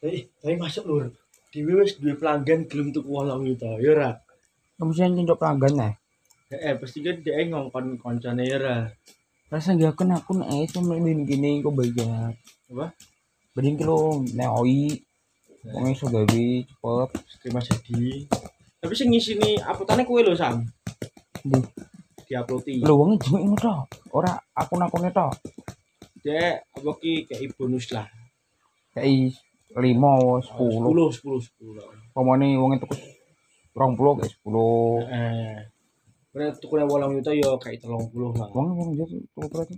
Tapi, tapi masuk lur. Dewi wis duwe pelanggan gelem tuku wolong juta, ya ora. Kamu sih yang pelanggan ya? Eh, pasti kan dia ngongkon koncone ya ora. Rasa gak kena aku nih, cuma ini gini kok bayar. Apa? Beding kilo neoi, Iya. pokoknya iso gawe cepet. Terima jadi. Tapi sing ngisini uploadane kowe lho, Sam. Duh, Diuploadi. lu uangnya cuma ini toh, ora akun akunnya toh. Dek, apa ki kayak bonus lah. Oh, Kayak lima, sepuluh. 10 10 10. Pemoni uangnya tuh rong puluh, kayak sepuluh. Heeh. Berarti tukune 8 juta ya kayak 30 lah. Uangnya uang jadi tuh berarti.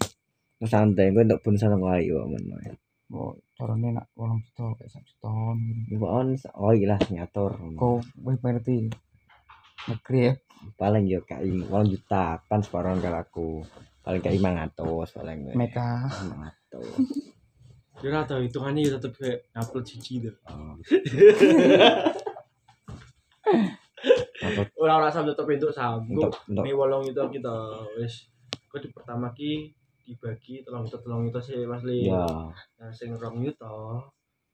santai gue ndak pun sana wae kok men Wah, caranya nak uang juta, gitu. kayak satu tahun. Ibu on oh lah nyator Kau baik ngerti. Negeri ya. paling yo kai walang juta kan separuh kalau aku paling kai mangatos paling gue Meka. mangatos Ya ora tau hitungane ya tetep kayak upload siji lho. oh. Ora ora Sam tetep entuk Sam. Engko untuk untuk Ini wolong itu kita wis kok di pertama ki dibagi telung itu telung itu sih mas li ya nah sing rong itu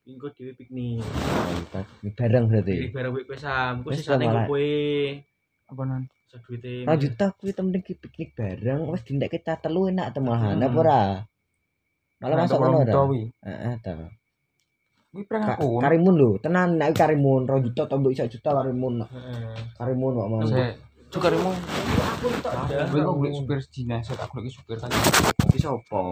ingko dewi piknik kita ini bareng berarti jadi bareng kowe sam kowe Wis, sisane lah, engko lah. kowe Apa nan? seduite Rong juta kuwi temen iki piknik bareng wis dindak kita telu enak temu lahan apa ora malah Nah, masuk kalau ngono juta, ora wi. heeh ta Wi prank Ka- aku. karimun lho tenan nek iki karimun rong juta tombok isak juta karimun Heeh. karimun kok mau Saya juga mau aku tak ada Gue kok beli supir Cina, saya tak lagi supir tadi. iki sapa